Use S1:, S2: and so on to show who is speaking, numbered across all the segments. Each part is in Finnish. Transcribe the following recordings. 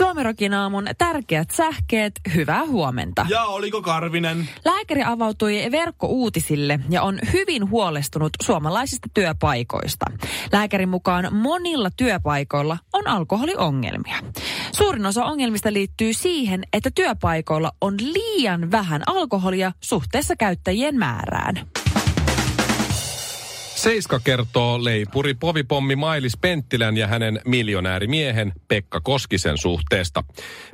S1: Suomirokin aamun tärkeät sähkeet, hyvää huomenta.
S2: Ja oliko Karvinen?
S1: Lääkäri avautui verkkouutisille ja on hyvin huolestunut suomalaisista työpaikoista. Lääkärin mukaan monilla työpaikoilla on alkoholiongelmia. Suurin osa ongelmista liittyy siihen, että työpaikoilla on liian vähän alkoholia suhteessa käyttäjien määrään.
S2: Seiska kertoo leipuri povipommi Mailis Penttilän ja hänen miljonäärimiehen Pekka Koskisen suhteesta.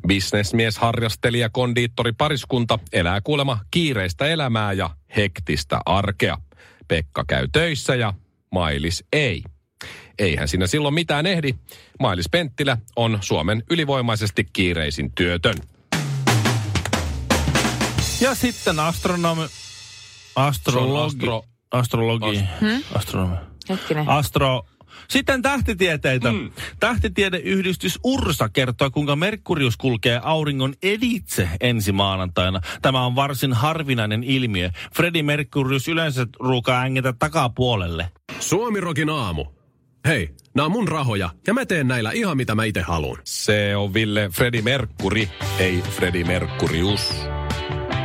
S2: Bisnesmies, harrastelija, ja kondiittori pariskunta elää kuulemma kiireistä elämää ja hektistä arkea. Pekka käy töissä ja Mailis ei. Eihän siinä silloin mitään ehdi. Mailis Penttilä on Suomen ylivoimaisesti kiireisin työtön.
S3: Ja sitten astronomi... Astrologi.
S2: astro-
S3: astrologi. Astronomi.
S1: Hetkinen.
S3: Astro... Sitten tähtitieteitä. Mm. Tähtitiedeyhdistys Ursa kertoo, kuinka Merkurius kulkee auringon editse ensi maanantaina. Tämä on varsin harvinainen ilmiö. Freddie Merkurius yleensä ruukaa ängetä takapuolelle.
S4: Suomirokin aamu. Hei, nää on mun rahoja ja mä teen näillä ihan mitä mä itse haluun.
S2: Se on Ville Fredi Merkuri, ei Fredi Merkurius.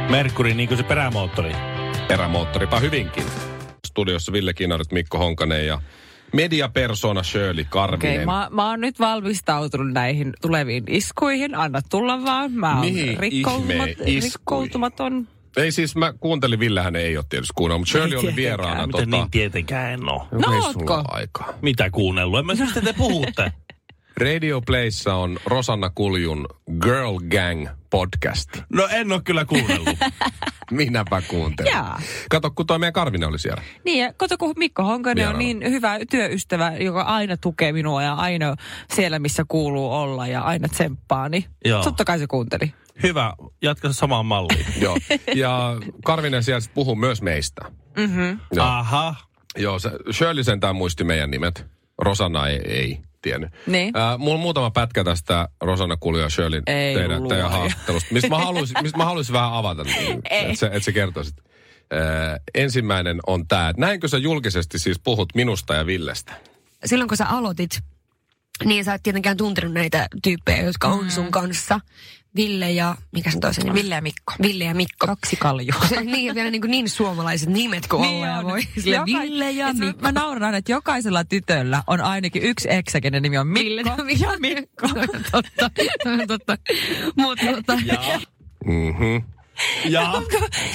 S3: Merkuri niin kuin se perämoottori.
S2: perämoottoripa hyvinkin. Studiossa Ville Kinaret, Mikko Honkanen ja mediapersona Shirley Karvinen.
S1: Okei, okay, mä, mä oon nyt valmistautunut näihin tuleviin iskuihin. Anna tulla vaan. Mä oon
S2: Mihin ihmeen
S1: rikkoutumat,
S2: iskuihin?
S1: rikkoutumaton.
S2: Ei siis, mä kuuntelin, Villehän ei ole tietysti kuunnellut, mutta Shirley oli vieraana.
S3: Miten niin tietenkään en ole.
S1: No
S2: Ei sulla
S1: ootko?
S2: ole aikaa.
S3: Mitä kuunnellut? En mä mistä te puhutte.
S2: Radio Playssa on Rosanna Kuljun Girl Gang podcast.
S3: No en ole kyllä kuunnellut.
S2: Minäpä kuuntelin.
S1: Jaa.
S2: Kato, kun toi meidän Karvinen oli siellä.
S1: Niin, ja kato, kun Mikko Honkanen on
S2: Vieraana.
S1: niin hyvä työystävä, joka aina tukee minua ja aina siellä, missä kuuluu olla ja aina tsemppaa, niin
S3: Joo.
S1: totta kai se kuunteli.
S3: Hyvä, jatka samaan malliin.
S2: Joo. Ja Karvinen siellä sit puhuu myös meistä.
S1: Mm-hmm.
S2: Joo.
S3: Aha.
S2: Joo, se, Shirley sentään muisti meidän nimet. Rosanna ei, ei tiennyt.
S1: Niin.
S2: Äh, mulla on muutama pätkä tästä Rosanna Kulja ja Shirleyn
S1: Ei
S2: teidän,
S1: luoja.
S2: teidän haastattelusta. Mistä mä haluaisin, mistä mä haluaisin vähän avata, niin
S1: Ei.
S2: että sä, et sä kertoisit. Äh, ensimmäinen on tämä. Näinkö sä julkisesti siis puhut minusta ja Villestä?
S5: silloin kun sä aloitit, niin sä et tietenkään tuntenut näitä tyyppejä, jotka on sun kanssa. Ville ja, mikä sen toisen nimi?
S1: Ville ja Mikko.
S5: Ville ja Mikko.
S1: Kaksi kaljua.
S5: niin, ja vielä niin, kuin niin suomalaiset nimet kuin niin ollaan voi. Sille
S1: Joka-
S5: Ville ja
S1: siis mä-
S5: Mikko.
S1: Mä nauran, että jokaisella tytöllä on ainakin yksi eksä, kenen nimi on
S5: Ville
S1: Mikko.
S5: ja Mikko. totta, totta. Mutta tota,
S2: Mm-hmm.
S3: Ja.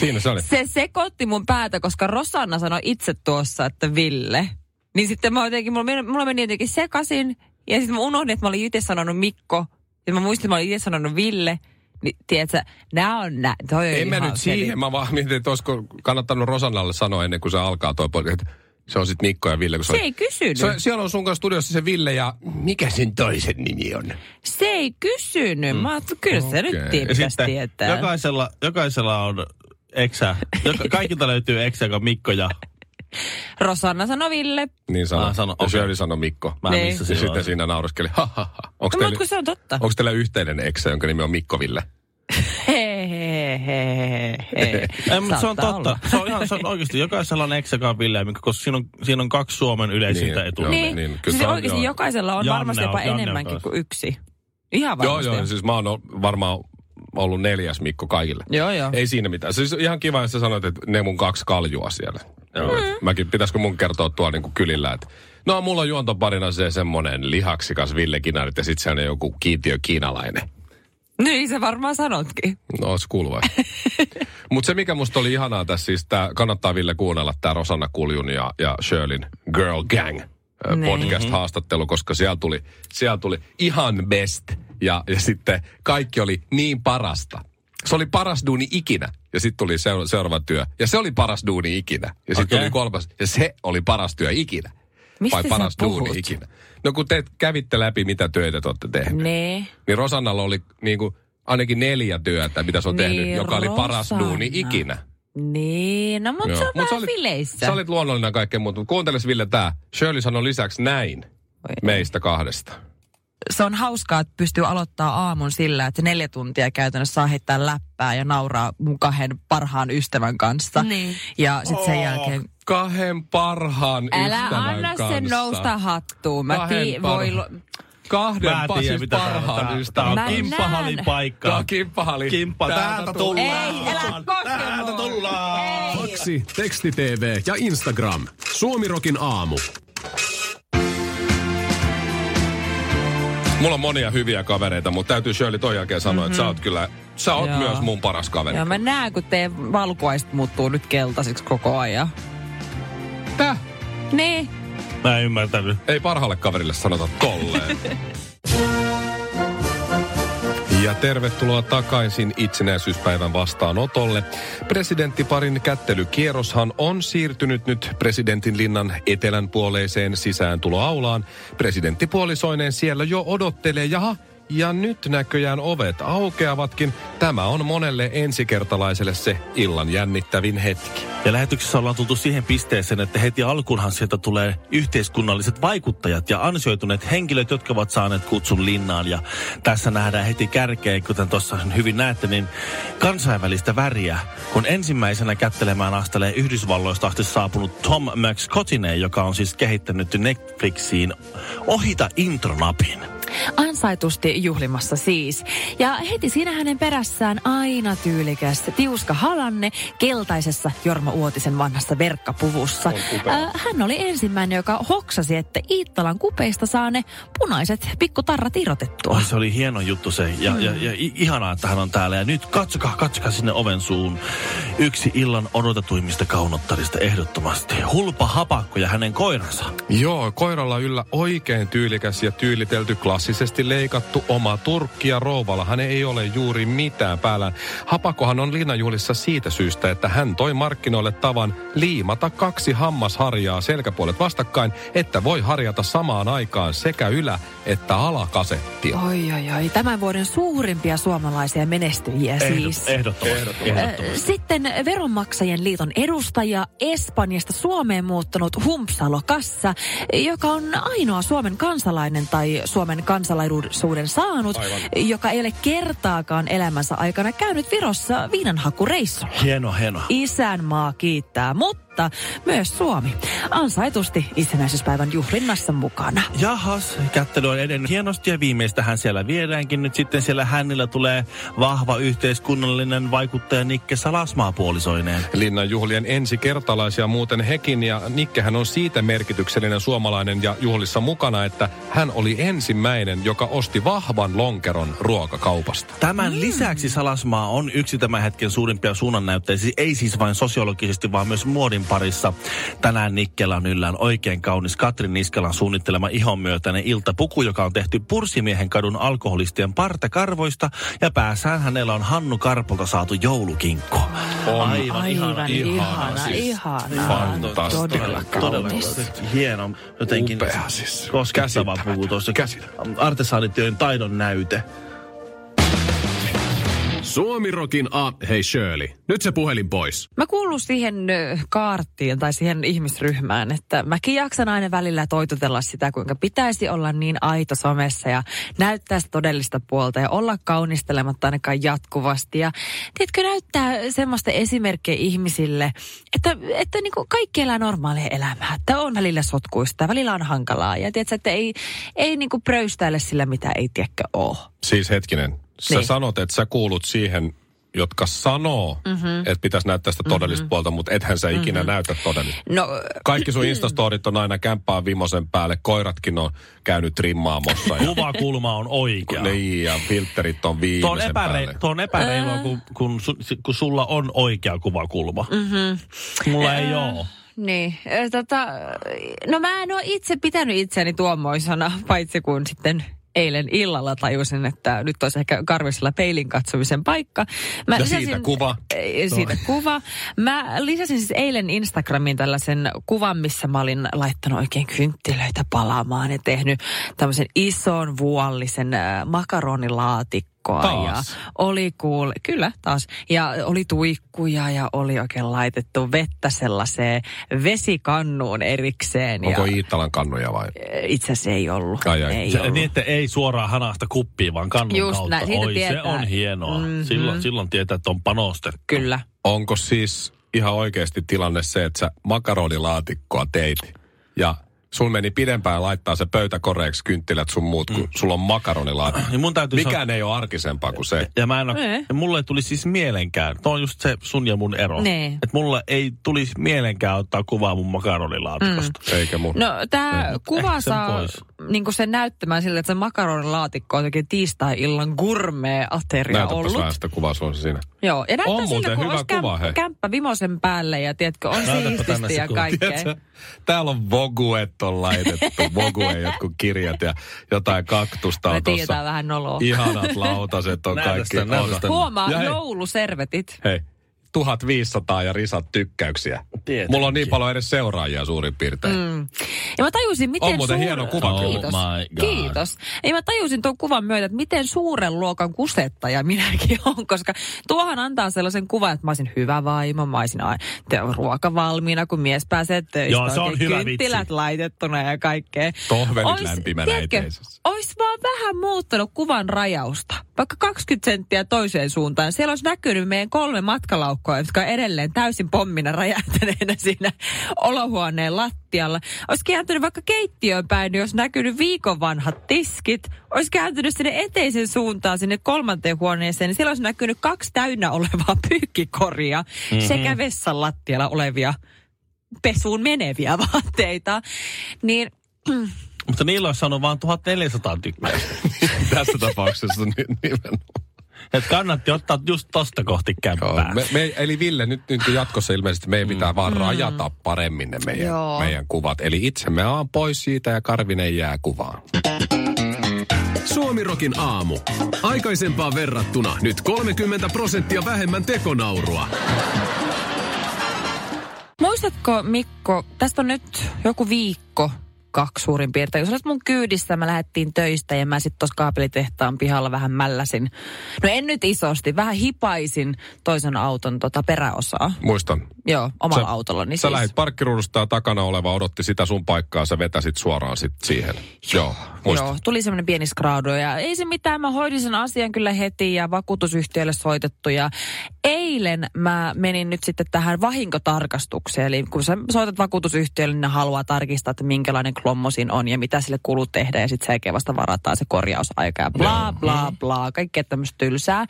S2: Siinä se oli.
S1: Se sekoitti mun päätä, koska Rosanna sanoi itse tuossa, että Ville. Niin sitten mä jotenkin, mulla, meni- mulla meni jotenkin sekasin. Ja sitten mä unohdin, että mä olin itse sanonut Mikko. Ja mä muistin, että mä olin itse sanonut Ville. Niin, tiedätkö, nää on nää. Toi on
S2: En mä
S1: ihan niin.
S2: nyt siihen.
S1: seli-
S2: Mä vaan mietin, että olisiko kannattanut Rosannalle sanoa ennen kuin se alkaa toi podcast. että Se on sitten Mikko ja Ville. Kun
S1: Se ei kysynyt.
S2: Se,
S1: Se,
S2: siellä on sun kanssa studiossa se Ville ja Niin. mikä sen toisen nimi on?
S1: ei kysynyt. Mä ajattelin, kyllä se nyt
S2: Mm. Okei.
S1: tie-
S2: Ja
S1: pitäisi tietää.
S3: jokaisella, jokaisella on eksä. Joka, kaikilta löytyy eksä, joka on Mikko ja...
S1: Rosanna sanoi Ville.
S2: Niin sano.
S3: Ah, sano,
S2: Ja
S3: okei.
S2: Shirley sanoi Mikko.
S3: Mä
S1: Niin.
S3: niin. missä
S2: Ja
S3: silloin.
S2: sitten siinä nauraskeli. Ha, ha, ha. Onko
S1: No,
S2: teillä,
S1: mutta kun se on totta.
S2: onko teillä yhteinen eksä, jonka nimi on Mikko Ville?
S1: Hei, hei, hei, hei, hei.
S3: Ei, mutta se on
S1: Saattaa
S3: totta.
S1: olla.
S3: Se on ihan se on oikeasti. Jokaisella on eksä, joka on Ville ja Mikko, koska siinä on, siinä on kaksi Suomen yleisintä
S2: Niin,
S3: etua.
S2: joo.
S1: Niin,
S2: niin,
S1: niin
S2: kyllä
S1: siis
S2: se on,
S1: oikeasti
S2: joo.
S1: jokaisella on
S3: Janne
S1: varmasti
S3: on-
S1: jopa
S3: Janne on
S1: enemmänkin
S3: taas.
S1: kuin yksi. Ihan
S2: Joo,
S1: varmasti.
S2: joo. Siis mä oon ol- varmaan ollut neljäs Mikko kaikille.
S1: Joo, joo.
S2: Ei siinä mitään. Siis ihan kiva, että sä sanoit, että ne mun kaksi kaljua siellä. Joo.
S1: Mm.
S2: Mäkin, pitäisikö mun kertoa tuolla niinku kylillä, että no mulla on juontoparina se semmonen lihaksikas Ville Kinarit ja sit se on joku kiintiö kiinalainen.
S1: Niin sä varmaan sanotkin.
S2: No, se kuuluu Mutta se, mikä musta oli ihanaa tässä, siis tää, kannattaa Ville kuunnella tämä Rosanna Kuljun ja, ja Shirleyn Girl Gang ö,
S1: Niin.
S2: podcast-haastattelu, koska siellä tuli, siellä tuli ihan best ja, ja sitten kaikki oli niin parasta. Se oli paras duuni ikinä ja sitten tuli seura- seuraava työ ja se oli paras duuni ikinä ja sitten
S3: Okei.
S2: tuli kolmas ja se oli paras työ ikinä.
S1: Mistä
S2: Vai
S1: sä
S2: paras
S1: puhut?
S2: duuni ikinä. No kun te kävitte läpi, mitä töitä te olette tehneet
S1: Nee.
S2: niin Rosannalla oli niin kuin ainakin neljä työtä, mitä se on
S1: Niin,
S2: tehnyt, joka oli paras
S1: Rosanna.
S2: duuni ikinä.
S1: Niin, no mutta
S2: Joo.
S1: se on
S2: Mut
S1: vähän
S2: sä olit-
S1: fileissä.
S2: Sä olit luonnollinen kaikkeen muuta, mutta kuunteles Ville tää. Shirley sanoi lisäksi näin
S1: Voi
S2: meistä kahdesta.
S1: se on hauskaa, että pystyy aloittaa aamun sillä, että neljä tuntia käytännössä saa heittää läppää ja nauraa mun kahden parhaan ystävän kanssa.
S5: Niin.
S1: Ja sitten sen jälkeen...
S2: Kahden parhaan
S1: Älä
S2: ystävän
S1: anna
S2: Oh, kanssa.
S1: sen nousta hattuun. Mä
S2: Kahden
S1: tii,
S2: parha-
S1: voi... lu-
S2: Kahden
S3: Mä en
S2: pa-
S3: tiedä,
S2: siis
S3: mitä tää on.
S2: parhaan
S3: Tää- tää
S2: ystävän.
S1: Mä
S3: on
S1: en
S3: kimppahalin
S1: näen.
S3: paikka.
S2: Tää on kimppahali.
S3: Kimppa, täältä tullaan.
S1: Ei, älä koske
S3: Täältä
S1: mua.
S3: tullaan.
S4: Faksi, Teksti TV ja Instagram. Suomirokin aamu.
S2: Mulla on monia hyviä kavereita, mutta täytyy Shirley ton jälkeen sanoa, mm-hmm. että sä oot kyllä, sä oot
S1: Joo.
S2: myös mun paras kaveri.
S1: Joo, mä näen, kun teidän valkuaiset muuttuu nyt keltaisiksi koko ajan.
S2: Tää?
S1: Niin.
S3: Mä en ymmärtänyt.
S2: Ei parhaalle kaverille sanota tolleen. Ja tervetuloa takaisin itsenäisyyspäivän vastaanotolle. Presidenttiparin kättelykierroshan on siirtynyt nyt presidentin linnan etelänpuoleiseen sisääntuloaulaan. Presidenttipuolisoineen siellä jo odottelee, jaha, ja nyt näköjään ovet aukeavatkin. Tämä on monelle ensikertalaiselle se illan jännittävin hetki.
S3: Ja lähetyksessä ollaan tultu siihen pisteeseen, että heti alkuunhan sieltä tulee yhteiskunnalliset vaikuttajat ja ansioituneet henkilöt, jotka ovat saaneet kutsun linnaan. Ja tässä nähdään heti kärkeen, kuten tuossa hyvin näette, niin kansainvälistä väriä, kun ensimmäisenä kättelemään astelee Yhdysvalloista asti saapunut Tom McScottine, joka on siis kehittänyt Netflixiin ohita intronapin.
S1: Ansaitusti juhlimassa siis. Ja heti siinä hänen perässään aina tyylikäs Tiuska Halanne keltaisessa Jorma Uotisen vanhassa verkkapuvussa. Äh, Hän oli ensimmäinen, joka hoksasi, että Iittalan kupeista saa ne punaiset pikkutarrat irrotettua.
S3: Oi, se oli hieno juttu se. Ja, ja, ja i- ihanaa, että hän on täällä. Ja nyt katsokaa, katsokaa sinne oven suun. Yksi illan odotetuimmista kaunottarista ehdottomasti. Hulpa Hapakko ja hänen koiransa.
S2: Joo, koiralla yllä oikein tyylikäs ja tyylitelty klassisesti leikattu oma turkki ja rouvallahan ei ole juuri mitään päällä. Hapakohan on linnanjuhlissa siitä syystä, että hän toi markkinoille tavan liimata kaksi hammasharjaa selkäpuolet vastakkain, että voi harjata samaan aikaan sekä ylä- että alakasettia.
S1: Oi, oi, oi. Tämän vuoden suurimpia suomalaisia menestyjiä siis.
S3: Ehdot- Ehdottomasti.
S1: Ö,
S3: ehdottomasti.
S1: Sitten veronmaksajien liiton edustaja Espanjasta Suomeen muuttanut Humpsalo Kassa, joka on ainoa Suomen kansalainen tai Suomen kansalaisuuden saanut,
S2: Aivan.
S1: joka ei ole kertaakaan elämänsä aikana käynyt Virossa viinanhakureissulla.
S3: Hieno, hieno.
S1: Isänmaa kiittää, mutta myös Suomi ansaitusti itsenäisyyspäivän juhlinnassa mukana.
S3: Jahas, kättely on edennyt hienosti ja viimeistähän siellä viedäänkin. Nyt sitten siellä hänillä tulee vahva yhteiskunnallinen vaikuttaja Nikke Salasmaa puolisoineen.
S2: Linnan juhlien ensikertalaisia muuten hekin ja Nikkehän on siitä merkityksellinen suomalainen ja juhlissa mukana, että hän oli ensimmäinen, joka osti vahvan lonkeron ruokakaupasta.
S3: Tämän mm. lisäksi Salasmaa on yksi tämän hetken suurimpia suunnannäyttäjiä, Siis ei siis vain sosiologisesti, vaan myös muodin parissa. Tänään Nikkellä on yllään oikein kaunis Katrin Niskalan suunnittelema ihonmyötäinen iltapuku, joka on tehty Pursimiehen kadun alkoholistien partakarvoista, ja päässään hänellä on Hannu Karpolta saatu joulukinkku.
S2: On.
S1: Aivan ihana,
S2: ihana, siis.
S1: ihana.
S2: Fantastista.
S1: Todella
S3: Todella
S1: kaunis.
S3: kaunis. Hieno, jotenkin
S2: Upea siis.
S3: koskettava
S2: Käsittämätön.
S3: puku tuossa.
S2: Käsittämätön.
S3: Artesaanityön taidon näyte.
S4: Suomirokin a... Hei Shirley, nyt se puhelin pois.
S1: Mä kuulun siihen ö, kaartiin tai siihen ihmisryhmään, että mäkin jaksan aina välillä toitotella sitä, kuinka pitäisi olla niin aito somessa ja näyttää sitä todellista puolta ja olla kaunistelematta ainakaan jatkuvasti. Ja tiedätkö, näyttää semmoista esimerkkiä ihmisille, että, että niin kuin kaikki elää normaalia elämää, että on välillä sotkuista, välillä on hankalaa ja tiedätkö, että ei, ei niin kuin pröystäile sillä, mitä ei tiedäkö ole.
S2: Siis hetkinen, sä
S1: Niin.
S2: sanot, että sä kuulut siihen, jotka sanoo,
S3: Mhm.
S2: mm-hmm. että pitäisi näyttää sitä todellista mm-hmm. puolta, mutta ethän sä ikinä mm-hmm. näytä todellista.
S1: No,
S2: Kaikki
S3: Niin.
S2: sun instastorit on aina kämppää vimosen päälle, koiratkin on käynyt trimmaamossa. Ja,
S3: Kuvakulma on oikea.
S2: niin, ja filterit on
S3: Tuo on,
S2: viimeisen päälle.
S3: epärei, tuo on epäreilua, kun, kun, su, kun sulla on oikea kuvakulma. Mm-hmm. Mulla ei ole.
S1: Niin, ö, tota, no mä en ole itse pitänyt itseäni tuommoisena, paitsi kun sitten eilen illalla tajusin, että nyt olisi ehkä karvisella peilin katsomisen paikka. Mä
S2: Ja siitä kuva.
S1: Ei, Siitä kuva. Mä lisäsin siis eilen Instagramiin tällaisen kuvan, missä mä olin laittanut oikein kynttilöitä palaamaan ja tehnyt tämmöisen ison vuollisen äh, makaronilaatikon viikkoa.
S2: Taas?
S1: Ja oli cool, kyllä taas. Ja oli tuikkuja ja oli oikein laitettu vettä sellaiseen vesikannuun erikseen.
S2: Onko
S1: ja,
S2: Iittalan kannuja vai?
S1: itse asiassa ei ollut.
S2: Ai, ai.
S1: Ei
S3: Se,
S1: ollut.
S3: niin, että ei suoraan hanasta kuppiin, vaan kannun
S1: Just
S3: kautta.
S1: näin, siitä
S3: Oi, se
S1: tietää.
S3: on hienoa.
S1: Mhm.
S3: Mm-hmm. Silloin, silloin tietää, että on panostettu.
S1: Kyllä.
S2: Onko siis ihan oikeasti tilanne se, että sä makaronilaatikkoa teit ja sun meni pidempään laittaa se pöytäkoreeksi kynttilät sun muut, kun sulla on makaronilaatikko.
S3: Niin mun täytyy sanoa-
S2: Mikään ei ole arkisempaa kuin se.
S3: Ja mä en
S1: Ei.
S3: ole, ja mulle ei tuli siis mielenkään, tuo on just se sun ja mun ero.
S1: Niin.
S3: Että mulle ei tulisi mielenkään ottaa kuvaa mun makaronilaatikosta.
S2: Eikä mun.
S1: No tämä
S3: Ei,
S1: kuva
S3: eh, sen
S1: saa
S3: pois.
S1: niinku sen näyttämään sille, että se makaronilaatikko on jotenkin tiistai-illan gourmet-ateria
S2: Näytäpäs
S1: ollut.
S2: vähän sitä kuvaa sun siinä.
S1: Joo, ja näyttää
S2: On
S1: siltä,
S2: muuten
S1: kun
S2: hyvä
S1: olisi
S2: kuva, hei.
S1: kämppä vimosen päälle ja tiedätkö, on
S3: Näytäpä tänne
S1: siististi
S3: se
S1: ja
S3: kuva.
S1: kaikkea.
S2: Tiedätkö, täällä on voguet on laitettu, vogueen jotkut kirjat ja jotain kaktusta
S1: Me
S2: on
S1: tiedetään
S2: tuossa.
S1: vähän noloa.
S2: Ihanat lautaset on
S3: Näytä
S2: kaikki.
S3: sitä, näytä
S2: on-
S3: sitä.
S1: Huomaa,
S2: Ja hei,
S1: jouluservetit.
S2: Hei, 1500 ja risat tykkäyksiä.
S3: Tietenkin.
S2: Mulla on niin paljon edes seuraajia suurin piirtein. Mm.
S1: Ja mä tajusin, miten
S2: On muuten
S1: suur...
S2: hieno kuva
S3: kyllä.
S1: Kiitos.
S3: Oh my God.
S1: Kiitos. Ja mä tajusin tuon kuvan myötä, että miten suuren luokan kusettaja minäkin on, koska tuohan antaa sellaisen kuvan, että mä olisin hyvä vaimo, mä olisin aina ruoka valmiina, kun mies pääsee töistä.
S3: Joo, se on
S1: oikein
S3: hyvä
S1: kynttilät
S3: vitsi.
S1: laitettuna ja kaikkea.
S2: Tohvelit
S1: Ois-
S2: lämpimänä
S1: tiedätkö,
S2: eteisessä.
S1: Ois vaan vähän muuttanut kuvan rajausta. Vaikka 20 senttiä toiseen suuntaan. Siellä olisi näkynyt meidän kolme matkalaukkoa, jotka on edelleen täysin pommina räjähtäneenä siinä olohuoneen lattialla. Olisi kääntynyt vaikka keittiöön päin, niin olisi näkynyt viikon vanhat tiskit. Olisi kääntynyt sinne eteisen suuntaan, sinne kolmanteen huoneeseen. Niin siellä olisi näkynyt kaksi täynnä olevaa pyykkikoria
S2: Mhm.
S1: sekä vessan lattialla olevia pesuun meneviä vaatteita. Niin
S3: Mutta niillä olisi saanut vaan 1400 tykkäystä.
S2: Tässä tapauksessa ni- nimenomaan.
S3: Että kannatti ottaa just tosta kohti kämppää.
S2: Joo, me, me, eli Ville, nyt, nyt jatkossa ilmeisesti meidän pitää vaan rajata paremmin ne meidän,
S1: Mm. Joo.
S2: meidän kuvat. Eli itse me aan pois siitä ja Karvinen jää kuvaan.
S4: Suomirokin aamu. Aikaisempaan verrattuna nyt 30 prosenttia vähemmän tekonaurua.
S1: Muistatko Mikko, tästä on nyt joku viikko, kaksi suurin piirtein. Jos olet mun kyydissä, me lähdettiin töistä ja mä sitten tuossa kaapelitehtaan pihalla vähän mälläsin. No en nyt isosti, vähän hipaisin toisen auton tota peräosaa.
S2: Muistan.
S1: Joo, omalla autolla. Niin
S2: sä
S1: siis.
S2: lähdit parkkiruudusta ja takana oleva odotti sitä sun paikkaa, sä vetäsit suoraan sit siihen. Joo, muistan.
S1: Joo, tuli semmoinen pieni skraudo ja ei se mitään, mä hoidin sen asian kyllä heti ja vakuutusyhtiölle soitettu ja eilen mä menin nyt sitten tähän vahinkotarkastukseen, eli kun sä soitat vakuutusyhtiölle, niin ne haluaa tarkistaa, että minkälainen klommo siinä on ja mitä sille kulut tehdä ja sitten sen jälkeen vasta varataan se korjausaika ja bla bla
S2: Mm-hmm.
S1: bla, kaikkea tämmöistä tylsää.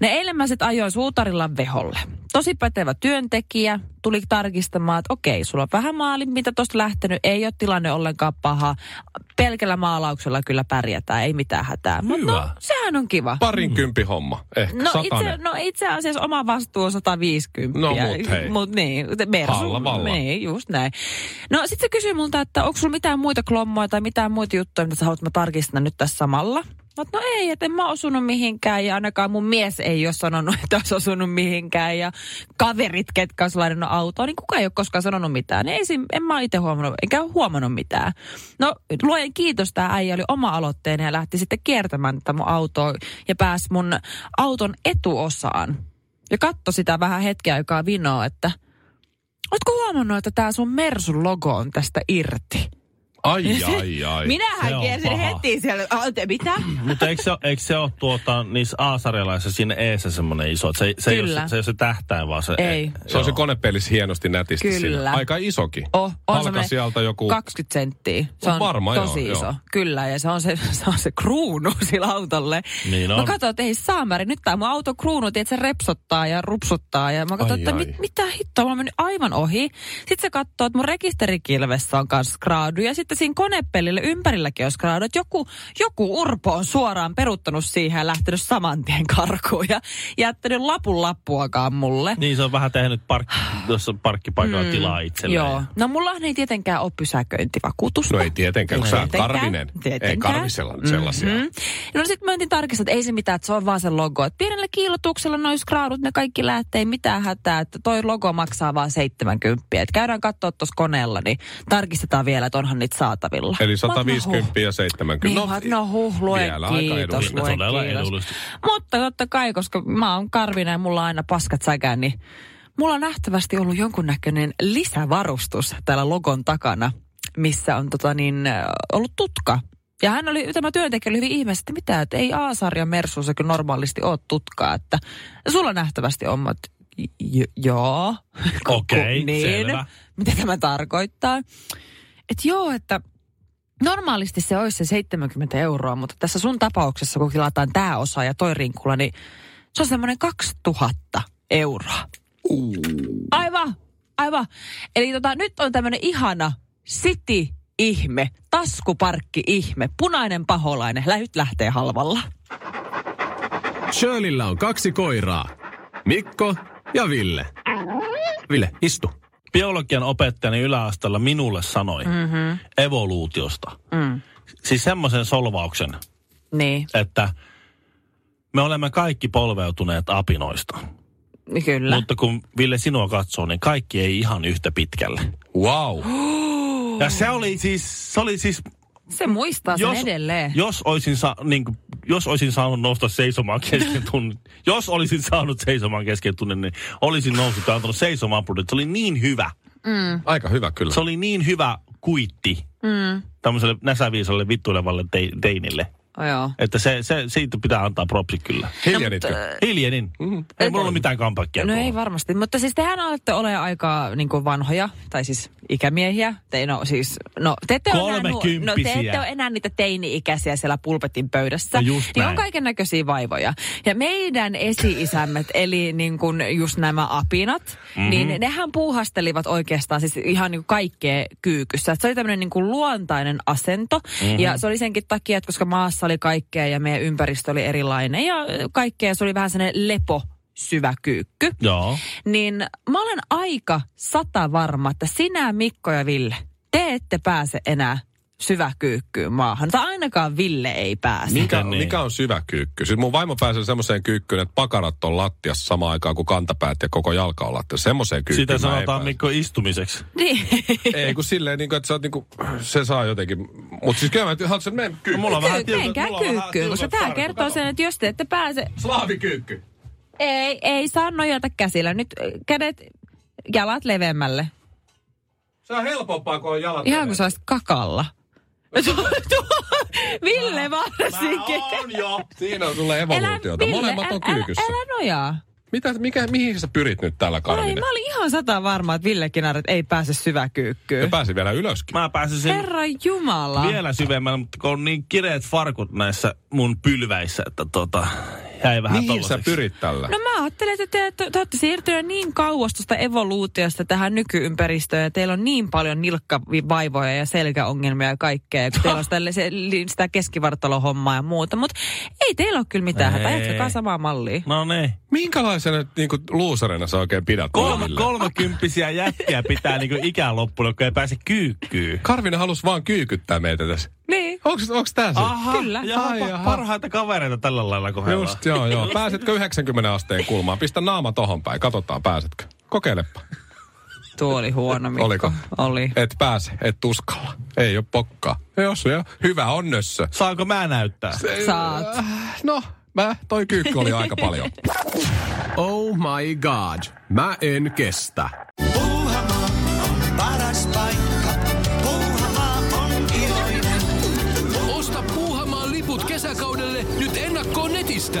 S1: Ne eilen mä sitten ajoin suutarillan veholle. Tosi pätevä työntekijä, tuli tarkistamaan, että okei, sulla on vähän maali, mitä tuosta lähtenyt, ei ole tilanne ollenkaan paha. Pelkällä maalauksella kyllä pärjätään, ei mitään hätää. Mut
S3: Hyvä.
S1: No, sehän on kiva.
S2: Parin kympi homma, ehkä
S1: Mm. No itse,
S2: satanen.
S1: no itse asiassa oma vastuu on 150.
S2: No mut hei.
S1: Mut niin, mersu.
S2: Halla valla.
S1: Niin, just näin. No sit se kysyy multa, että onko sulla mitään muita klommoja tai mitään muita juttuja, mitä sä haluat, mä tarkistan nyt tässä samalla. Mä oot, no ei, että en mä osunut mihinkään ja ainakaan mun mies ei ole sanonut, että olisi osunut mihinkään ja kaverit, ketkä olisi lainannut autoa, niin kukaan ei ole koskaan sanonut mitään. Niin ei, siinä- en mä itse huomannut, enkä ole huomannut mitään. No luojen kiitos, tämä äijä oli oma aloitteinen ja lähti sitten kiertämään tätä mun autoa ja pääsi mun auton etuosaan. Ja katso sitä vähän hetkeä aikaa vinoa, että Ootko huomannut, että tämä sun Mersun logo on tästä irti?
S2: Ai, ai, ai.
S3: se
S1: Minähän
S3: on
S1: kiersin
S3: paha.
S1: heti siellä. "A, te Mitä?
S3: Mutta eikö se, eikö se ole tuota, niissä A-sarjalaisissa siinä eessä semmoinen iso, että se, se, ei ole,
S1: Kyllä.
S3: se, se ei ole se tähtäin, vaan se...
S1: Ei.
S2: Se on se konepelis hienosti nätisti
S1: Kyllä.
S2: siinä. Aika isokin.
S1: Oh, on
S2: Alka
S1: semmoinen
S2: sieltä joku...
S1: 20 senttiä. Se on
S2: Varmaan joo,
S1: tosi
S2: joo.
S1: iso. Kyllä, ja se on se, se, on se kruunu sillä autolle.
S3: Niin
S1: Mä
S3: on.
S1: katsoin, että ei saamari, nyt tämä mun auto kruunu, tiedät, se repsottaa ja rupsuttaa. Ja mä katsoin,
S2: Ai,
S1: että
S2: ai.
S1: mit, mitä hittoa, mä oon mennyt aivan ohi. Sitten se katsoo, että mun rekisterikilvessä on kanssa skraadu. Ja sitten siinä konepellille ympärilläkin on skraadu. Että joku, joku urpo on suoraan peruttanut siihen ja lähtenyt saman tien karkuun. Ja jättänyt lapun lappuakaan mulle.
S3: Niin se on vähän tehnyt parkki, tuossa parkkipaikalla mm. tilaa itselleen.
S1: Joo. No mullahan ei tietenkään ole pysäköintivakuutusta.
S2: No ei tietenkään, kun sä oot karvinen. Ei
S1: Tietenkään.
S2: karvisella sellaisia.
S1: Mm. No sitten mä yritin tarkistaa, että ei se mitään, että se on vaan se logo. Et pienellä kiilotuksella noin skraudut, ne kaikki lähtee, ei mitään hätää, että toi logo maksaa vaan 70. Et käydään katsoa tuossa koneella, niin tarkistetaan vielä, että onhan niitä saatavilla.
S2: Eli
S1: Mä oon, no
S2: 150
S1: huh.
S2: ja 70.
S1: Niin, no, no huh, lue
S2: vielä aika
S1: kiitos,
S2: edullista.
S1: lue
S3: Todella
S1: kiitos.
S3: edullista.
S1: Mutta totta kai, koska mä oon karvinen ja mulla on aina paskat säkään, niin mulla on nähtävästi ollut jonkunnäköinen lisävarustus täällä logon takana, missä on tota niin, äh, ollut tutka. Ja hän oli, tämä työntekijä oli hyvin ihmeessä, että mitä, että ei A-sarjan Mersussa kyllä normaalisti ole tutkaa, että sulla nähtävästi on, mä oon, että j- joo.
S3: Okei,
S1: niin.
S3: selvä.
S1: Mitä tämä tarkoittaa? Että joo, että Normaalisti se olisi se 70 euroa, mutta tässä sun tapauksessa, kun tilataan tämä osa ja toi rinkula, niin se on semmoinen 2000 euroa. Aivan, aivan. Eli tota, nyt on tämmöinen ihana city-ihme, taskuparkki-ihme, punainen paholainen. Lä- Nyt lähtee halvalla. no.
S4: Shirleyllä on kaksi koiraa. Mikko ja Ville. Ville, istu.
S3: Biologian opettajani yläasteella minulle sanoi mm-hmm. evoluutiosta.
S1: Mm.
S3: Siis semmoisen solvauksen,
S1: Niin,
S3: että me olemme kaikki polveutuneet apinoista.
S1: kyllä.
S3: Mutta kun Ville sinua katsoo, niin kaikki ei ihan yhtä pitkälle.
S2: Wow.
S3: Ja se oli siis, se oli siis
S1: se muistaa sen edelleen.
S3: Jos olisin, sa, niin kuin, jos olisin saanut nousta seisomaan kesken tunnin, jos olisin saanut seisomaan kesken tunnin, niin olisin noussut ja antanut seisomaan aplodit. Se oli niin hyvä.
S2: Aika hyvä kyllä.
S3: Se oli niin hyvä kuitti mm. tämmöiselle näsäviisalle vittuilevalle te, teinille.
S1: Oh, joo.
S3: Että se, se, siitä pitää antaa propsi kyllä.
S2: Hiljenitkö?
S3: äh, Hiljenin. Mm. Ei mulla ollut mitään kampakkia.
S1: No
S3: tuolla.
S1: ei varmasti, mutta siis tehän olette ole aika niin kuin vanhoja, tai siis ikämiehiä. Te, no siis, no te ette, ole enää, nu- no, te ette
S3: Kolmekymppisiä.
S1: ole enää niitä teini-ikäisiä siellä pulpetin pöydässä.
S3: No just
S1: niin on
S3: näin.
S1: kaiken näköisiä vaivoja. Ja meidän esi-isämmät, eli niin kuin just nämä apinat, mm-hmm. niin nehän puuhastelivat oikeastaan siis ihan niin kuin kaikkea kyykyssä. Et se oli tämmöinen niin kuin luontainen asento. Mm-hmm. Ja se oli senkin takia, että koska maassa oli kaikkea ja meidän ympäristö oli erilainen ja kaikkea, se oli vähän sellainen lepo syvä kyykky
S3: Joo.
S1: niin mä olen aika sata varma, että sinä Mikko ja Ville, te ette pääse enää syväkyykkyyn maahan. Tai ainakaan Ville ei pääse.
S2: Mikä,
S3: Miten niin?
S2: mikä on syvä kyykky? Siis mun vaimo pääsee semmoiseen kyykkyyn, että pakarat on lattiassa samaan aikaan kuin kantapäät ja koko jalka on lattiassa. Semmoiseen kyykkyyn
S3: Sitä
S2: mä en
S3: sanotaan
S2: pääse.
S3: Mikko istumiseksi.
S1: Niin.
S2: Ei kun silleen, niin kuin, että sä oot, niin kuin, se saa jotenkin. Mutta siis kyllä mä, että haluatko mennä kyykkyyn?
S3: Mulla on vähän
S1: Kyy- Menkää
S3: mulla on vähän
S1: kyykkyyn, koska
S3: tiukat
S1: tämä
S3: farkut.
S1: kertoo sen, että jos te ette pääse...
S2: Slaavikyykky.
S1: Ei, ei saa nojata käsillä. Nyt ö, kädet, jalat leveämmälle.
S2: Se on helpompaa, kun on jalat.
S1: Ihan kuin sä olisit kakalla. Ville varsinkin.
S3: Mä tuota. oon jo.
S2: Siinä on sulle evoluutiota.
S1: Ville,
S2: Molemmat on
S1: älä,
S2: kyykyssä.
S1: älä, älä nojaa.
S2: Mitä, mikä, mihin sä pyrit nyt tällä
S1: Ai,
S2: Karvinen?
S1: mä olin ihan sata varma, että Ville Kinaret ei pääse
S2: Ja
S1: syväkyykkyyn.
S2: pääsi vielä ylöskin.
S3: Mä pääsin sen
S1: Herra Jumala.
S3: vielä syvemmällä, mutta kun on niin kireet farkut näissä mun pylväissä, että tota, jäi vähän
S2: Mihin sä
S3: tollaseksi.
S2: pyrit tällä?
S1: No mä ajattelen, että te, te, te olette siirtyneet niin kauas tuosta evoluutiosta tähän nykyympäristöön ja teillä on niin paljon nilkkavaivoja ja selkäongelmia ja kaikkea. Ja kun teillä on sitä, le- se, li- sitä keskivartalohommaa ja muuta, mutta ei teillä ole kyllä mitään hätää.
S3: Ei.
S1: Jatkakaa samaa mallia.
S3: No niin.
S2: Minkälaisena niinku, luuserina sä oikein pidät?
S3: Kolme,
S2: Ville?
S3: kolmekymppisiä jätkiä pitää niinku ikään loppuun, kun ei pääse kyykkyyn.
S2: Karvinen halusi vaan kyykyttää meitä tässä.
S1: Niin.
S2: Onks, onks tää se?
S3: Aha,
S1: Kyllä.
S3: Jaha,
S2: Ai,
S3: pa-
S2: jaha.
S3: parhaita kavereita tällä lailla kohdellaan.
S2: Just, joo, joo. Pääsetkö 90 asteen kulmaan? Pistä naama tohon päin. Katsotaan, pääsetkö. Kokeilepa.
S1: Tuo oli huono, Mikko.
S2: Oliko?
S1: Oli.
S2: Et pääse, et uskalla. Ei oo pokkaa. Jos joo. Hyvä on nössö.
S3: Saanko mä näyttää?
S1: Saat.
S2: No, mä, toi kyykky oli aika paljon.
S4: Oh my god. Mä en kestä.
S6: Puuhamaa on paras paikka. Puuhamaa on iloinen.
S7: Osta Puuhamaan liput kesäkaudelle nyt ennakkoon netistä.